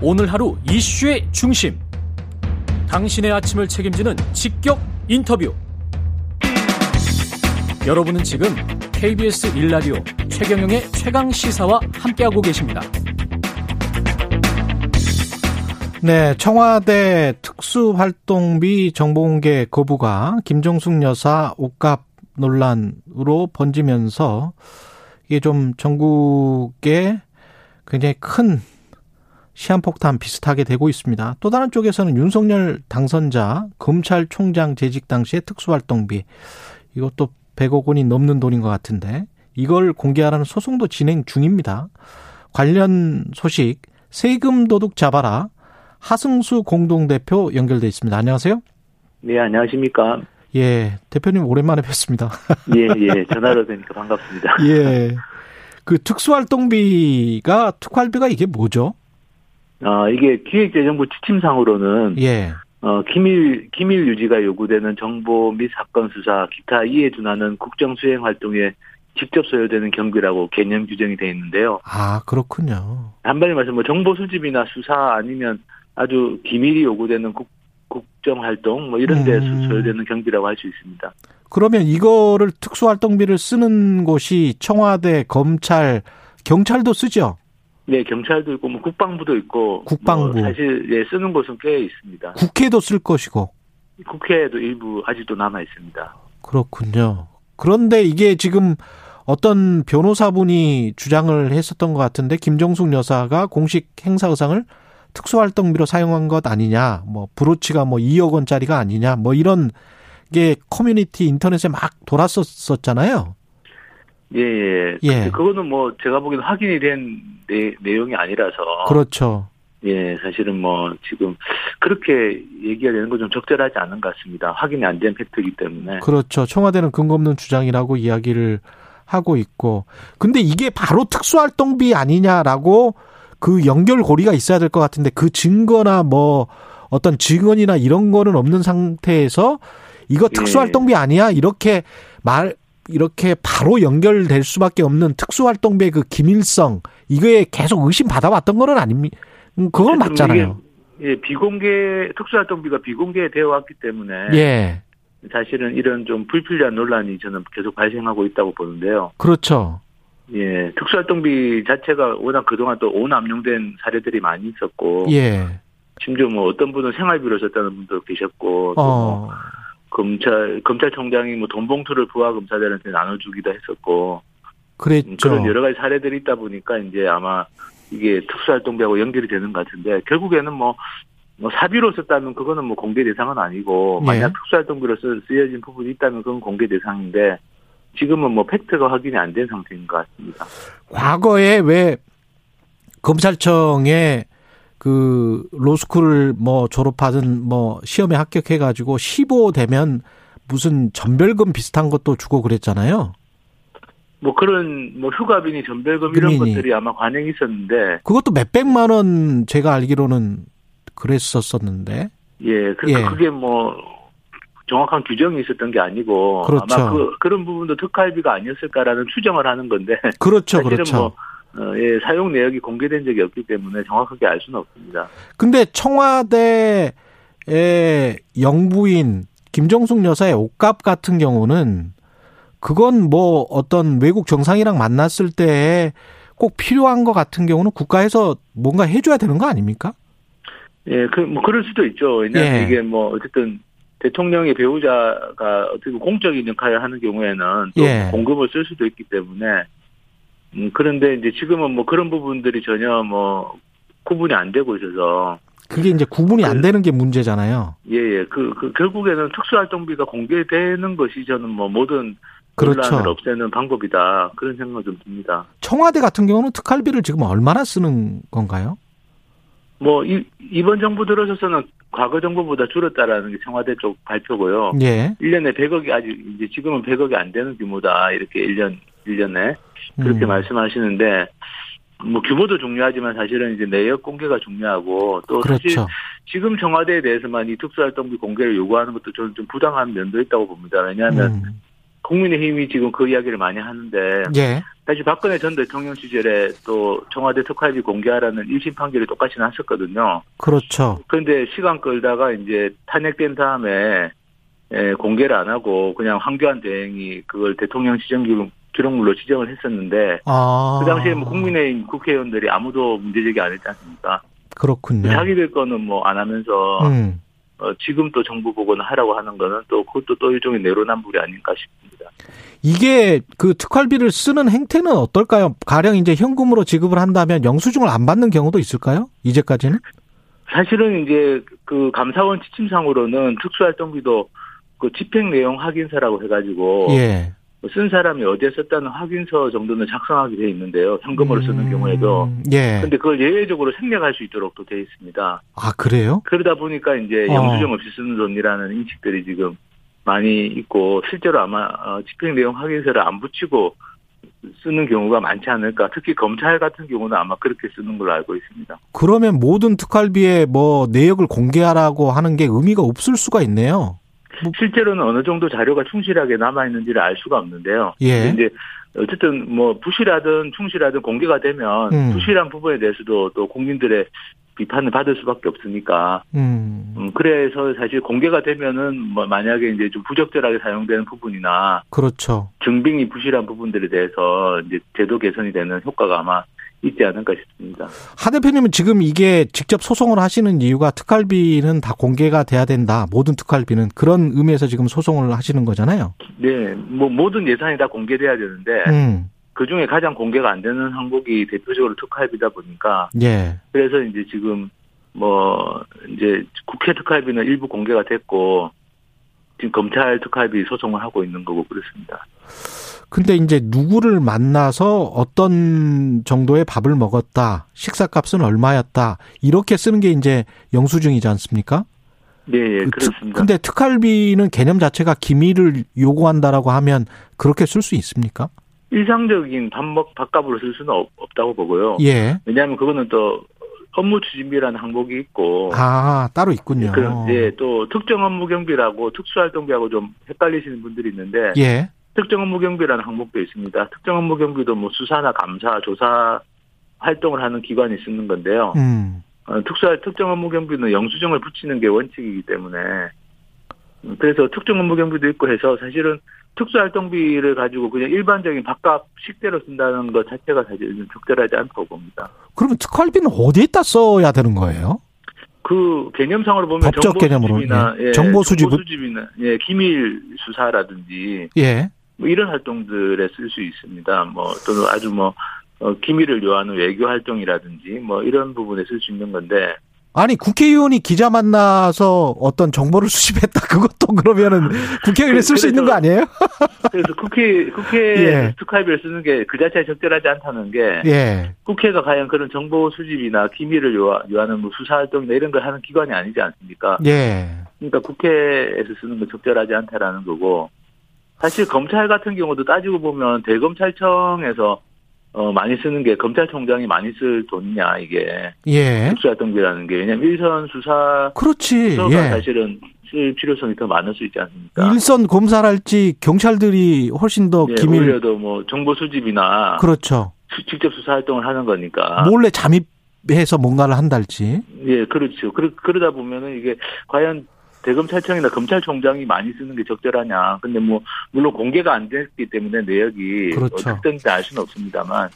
오늘 하루 이슈의 중심. 당신의 아침을 책임지는 직격 인터뷰. 여러분은 지금 KBS 1라디오 최경영의 최강 시사와 함께하고 계십니다. 네, 청와대 특수활동비 정보공개 거부가 김종숙 여사 옷값 논란으로 번지면서 이게 좀 전국에 굉장히 큰 시한폭탄 비슷하게 되고 있습니다. 또 다른 쪽에서는 윤석열 당선자 검찰총장 재직 당시의 특수활동비 이것도 100억 원이 넘는 돈인 것 같은데 이걸 공개하라는 소송도 진행 중입니다. 관련 소식 세금 도둑 잡아라 하승수 공동대표 연결돼 있습니다. 안녕하세요. 네, 안녕하십니까. 예, 대표님 오랜만에 뵙습니다. 예, 예, 전화로 되니까 반갑습니다. 예. 그 특수활동비가 특활비가 이게 뭐죠? 어, 이게 기획재정부 지침상으로는 예. 어, 기밀 기밀 유지가 요구되는 정보 및 사건 수사 기타 이에 준하는 국정 수행 활동에 직접 소요되는 경비라고 개념 규정이 돼 있는데요. 아, 그렇군요. 한번에 말씀 뭐 정보 수집이나 수사 아니면 아주 기밀이 요구되는 국, 국정 활동 뭐 이런 데 음. 소요되는 경비라고 할 수 있습니다. 그러면 이거를 특수활동비를 쓰는 곳이 청와대, 검찰, 경찰도 쓰죠? 네, 경찰도 있고 뭐 국방부도 있고 국방부. 뭐 사실 예, 쓰는 곳은 꽤 있습니다. 국회도 쓸 것이고. 국회에도 일부 아직도 남아 있습니다. 그렇군요. 그런데 이게 지금 어떤 변호사분이 주장을 했었던 것 같은데 김정숙 여사가 공식 행사 의상을 특수활동비로 사용한 것 아니냐, 뭐 브로치가 뭐 2억 원짜리가 아니냐, 뭐 이런 게 커뮤니티 인터넷에 막 돌았었잖아요. 예, 예. 예. 근데 그거는 뭐 제가 보기엔 확인이 된 내, 내용이 아니라서 그렇죠. 예, 사실은 뭐 지금 그렇게 얘기가 되는 건 좀 적절하지 않은 것 같습니다. 확인이 안 된 팩트이기 때문에 그렇죠. 청와대는 근거 없는 주장이라고 이야기를 하고 있고. 근데 이게 바로 특수활동비 아니냐라고 그 연결고리가 있어야 될 것 같은데 그 증거나 뭐 어떤 증언이나 이런 거는 없는 상태에서 이거 예. 특수활동비 아니야? 이렇게 말, 이렇게 바로 연결될 수밖에 없는 특수활동비의 그 기밀성, 이거에 계속 의심받아왔던 거는 아닙니까? 그건 어쨌든 맞잖아요. 이게, 예, 비공개 특수활동비가 비공개되어 왔기 때문에 예. 사실은 이런 좀 불필요한 논란이 저는 계속 발생하고 있다고 보는데요. 그렇죠. 예, 특수활동비 자체가 워낙 그동안 또 오남용된 사례들이 많이 있었고 예. 심지어 뭐 어떤 분은 생활비로 썼다는 분도 계셨고 또뭐 어. 검찰 검찰총장이 뭐 돈봉투를 부하 검사들한테 나눠주기도 했었고 음, 그랬죠. 그런 여러 가지 사례들이 있다 보니까 이제 아마 이게 특수활동비하고 연결이 되는 것 같은데 결국에는 뭐, 뭐 사비로 썼다면 그거는 뭐 공개 대상은 아니고 예. 만약 특수활동비로 쓰- 쓰여진 부분이 있다면 그건 공개 대상인데 지금은 뭐 팩트가 확인이 안 된 상태인 것 같습니다. 과거에 왜 검찰청에 그 로스쿨을 뭐 졸업하든 뭐 시험에 합격해 가지고 15 되면 무슨 전별금 비슷한 것도 주고 그랬잖아요. 뭐 그런 뭐 휴가비니 전별금 이런 금리니. 것들이 아마 관행이 있었는데 그것도 몇백만 원 제가 알기로는 그랬었었는데. 예, 그러니까 예. 그게 뭐 정확한 규정이 있었던 게 아니고 그렇죠. 아마 그, 그런 부분도 특활비가 아니었을까라는 추정을 하는 건데 그렇죠. 사실은 그렇죠. 뭐 어, 예, 사용 내역이 공개된 적이 없기 때문에 정확하게 알 수는 없습니다. 근데 청와대의 영부인 김정숙 여사의 옷값 같은 경우는 그건 뭐 어떤 외국 정상이랑 만났을 때 꼭 필요한 것 같은 경우는 국가에서 뭔가 해줘야 되는 거 아닙니까? 예, 그, 뭐, 그럴 수도 있죠. 왜냐하면 예. 이게 뭐, 어쨌든, 대통령의 배우자가 어떻게 보면 공적인 역할을 하는 경우에는 또 예. 공금을 쓸 수도 있기 때문에, 음, 그런데 이제 지금은 뭐 그런 부분들이 전혀 뭐, 구분이 안 되고 있어서, 그게 이제 구분이 안 그- 되는 게 문제잖아요. 예, 예, 그, 그, 결국에는 특수활동비가 공개되는 것이 저는 뭐, 모든 논란을 그렇죠. 없애는 방법이다. 그런 생각이 좀 듭니다. 청와대 같은 경우는 특활비를 지금 얼마나 쓰는 건가요? 뭐 이, 이번 정부 들어서서는 과거 정부보다 줄었다라는 게 청와대 쪽 발표고요. 예. 1년에 100억이 아직 이제 지금은 100억이 안 되는 규모다. 이렇게 1년 1년에 그렇게 음. 말씀하시는데 뭐 규모도 중요하지만 사실은 이제 내역 공개가 중요하고 또 사실 그렇죠. 지금 청와대에 대해서만 이 특수활동비 공개를 요구하는 것도 저는 좀 부당한 면도 있다고 봅니다. 왜냐하면 음. 국민의힘이 지금 그 이야기를 많이 하는데 예. 사실 박근혜 전 대통령 시절에 또 청와대 특활비 공개하라는 1심 판결이 똑같이 났었거든요. 그렇죠. 그런데 시간 끌다가 이제 탄핵된 다음에 예, 공개를 안 하고 그냥 황교안 대행이 그걸 대통령 시정 기록- 기록물로 지정을 했었는데 아. 그 당시에 뭐 국민의힘 국회의원들이 아무도 문제제기 안 했지 않습니까? 그렇군요. 자기들 거는 뭐 안 하면서 네. 음. 어, 지금 또 정부 보고는 하라고 하는 거는 또 그것도 또 일종의 내로남불이 아닌가 싶습니다. 이게 그 특활비를 쓰는 행태는 어떨까요? 가령 이제 현금으로 지급을 한다면 영수증을 안 받는 경우도 있을까요? 이제까지는? 사실은 이제 그 감사원 지침상으로는 특수활동비도 그 집행 내용 확인서라고 해가지고 예. 쓴 사람이 어디에 썼다는 확인서 정도는 작성하게 돼 있는데요. 현금으로 쓰는 음, 경우에도. 예. 근데 그걸 예외적으로 생략할 수 있도록 또 돼 있습니다. 아, 그래요? 그러다 보니까 이제 어. 영수증 없이 쓰는 돈이라는 인식들이 지금 많이 있고 실제로 아마 어, 집행 내용 확인서를 안 붙이고 쓰는 경우가 많지 않을까. 특히 검찰 같은 경우는 아마 그렇게 쓰는 걸로 알고 있습니다. 그러면 모든 특활비에 뭐 내역을 공개하라고 하는 게 의미가 없을 수가 있네요. 실제로는 어느 정도 자료가 충실하게 남아 있는지를 알 수가 없는데요. 예. 네, 이제 어쨌든 뭐 부실하든 충실하든 공개가 되면 음. 부실한 부분에 대해서도 또 국민들의 비판을 받을 수밖에 없으니까 음. 음, 그래서 사실 공개가 되면은 뭐 만약에 이제 좀 부적절하게 사용되는 부분이나 그렇죠. 증빙이 부실한 부분들에 대해서 이제 제도 개선이 되는 효과가 아마 있지 않을까 싶습니다. 하 대표님은 지금 이게 직접 소송을 하시는 이유가 특활비는 다 공개가 돼야 된다. 모든 특활비는 그런 의미에서 지금 소송을 하시는 거잖아요. 네, 뭐 모든 예산이 다 공개돼야 되는데 음. 그 중에 가장 공개가 안 되는 항목이 대표적으로 특활비다 보니까 예. 그래서 이제 지금 뭐 이제 국회 특활비는 일부 공개가 됐고 지금 검찰 특활비 소송을 하고 있는 거고 그렇습니다. 근데 이제 누구를 만나서 어떤 정도의 밥을 먹었다. 식사값은 얼마였다. 이렇게 쓰는 게 이제 영수증이지 않습니까? 네, 예, 그 특- 그렇습니다. 근데 특활비는 개념 자체가 기밀을 요구한다라고 하면 그렇게 쓸 수 있습니까? 어. 일상적인 밥먹 밥값으로 쓸 수는 없, 다고 보고요. 예. 왜냐하면 그거는 또 업무 추진비라는 항목이 있고 아, 따로 있군요. 그런 어. 예, 또 특정 업무 경비라고 특수활동비하고 좀 헷갈리시는 분들이 있는데 예. 특정 업무 경비라는 항목도 있습니다. 특정 업무 경비도 뭐 수사나 감사, 조사 활동을 하는 기관이 쓰는 건데요. 음. 어, 특수할 특정 업무 경비는 영수증을 붙이는 게 원칙이기 때문에 음, 그래서 특정 업무 경비도 있고 해서 사실은 특수활동비를 가지고 그냥 일반적인 밥값 식대로 쓴다는 것 자체가 사실은 좀 적절하지 않다고 봅니다. 그러면 특활비는 어디에다 써야 되는 거예요? 그 개념상으로 보면 법적 정보 개념으로, 수집이나 예. 정보 수집은? 이나 예, 기밀 수사라든지 예. 뭐 이런 활동들에 쓸 수 있습니다. 뭐 또는 아주 뭐 어, 기밀을 요하는 외교 활동이라든지 뭐 이런 부분에 쓸 수 있는 건데 아니 국회의원이 기자 만나서 어떤 정보를 수집했다 그것도 그러면은 국회의원이 쓸 수 있는 거 아니에요? 그래서 국회 국회 예. 특활비를 쓰는 게 그 자체에 적절하지 않다는 게 예. 국회가 과연 그런 정보 수집이나 기밀을 요하, 요하는 뭐 수사 활동이나 이런 걸 하는 기관이 아니지 않습니까? 예. 그러니까 국회에서 쓰는 건 적절하지 않다라는 거고 사실 검찰 같은 경우도 따지고 보면 대검찰청에서 어, 많이 쓰는 게 검찰총장이 많이 쓸 돈이냐 이게 예. 특수활동비라는 게 왜냐면 일선 수사가 그렇지. 예. 사실은 쓸 필요성이 더 많을 수 있지 않습니까? 일선 검사랄지 경찰들이 훨씬 더 예, 기밀 오히려 아. 더뭐 정보 수집이나 그렇죠. 수- 직접 수사 활동을 하는 거니까. 몰래 잠입해서 뭔가를 한달지. 예, 그렇죠. 그러, 그러다 보면은 이게 과연 대검찰청이나 검찰총장이 많이 쓰는 게 적절하냐. 근데 뭐, 물론 공개가 안 됐기 때문에 내역이 그렇죠. 어떻든지 알 수는 없습니다만.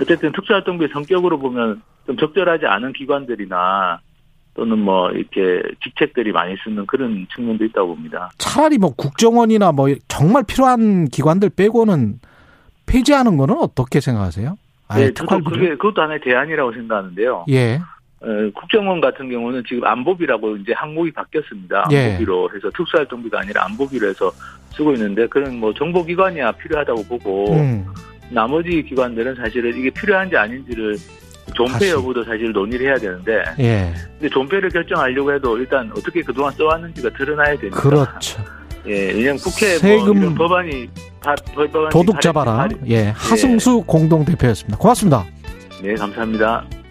어쨌든 특수활동비의 성격으로 보면 좀 적절하지 않은 기관들이나 또는 뭐 이렇게 직책들이 많이 쓰는 그런 측면도 있다고 봅니다. 차라리 뭐 국정원이나 뭐 정말 필요한 기관들 빼고는 폐지하는 거는 어떻게 생각하세요? 아예 예, 저도 특활비를? 그게 그것도 하나의 대안이라고 생각하는데요. 예. 어, 국정원 같은 경우는 지금 안보비라고 이제 항목이 바뀌었습니다. 예. 안보비로 해서 특수활동비가 아니라 안보비로 해서 쓰고 있는데 그런 뭐 정보기관이야 필요하다고 보고 음. 나머지 기관들은 사실은 이게 필요한지 아닌지를 다시. 존폐 여부도 사실 논의를 해야 되는데 예. 근데 존폐를 결정하려고 해도 일단 어떻게 그동안 써왔는지가 드러나야 되니까 그렇죠. 예, 왜냐면 국회 뭐 세금 이런 법안이 다- 법안이 도둑 발의- 잡아라. 발의- 예. 예. 하승수 공동대표였습니다. 고맙습니다. 네, 감사합니다.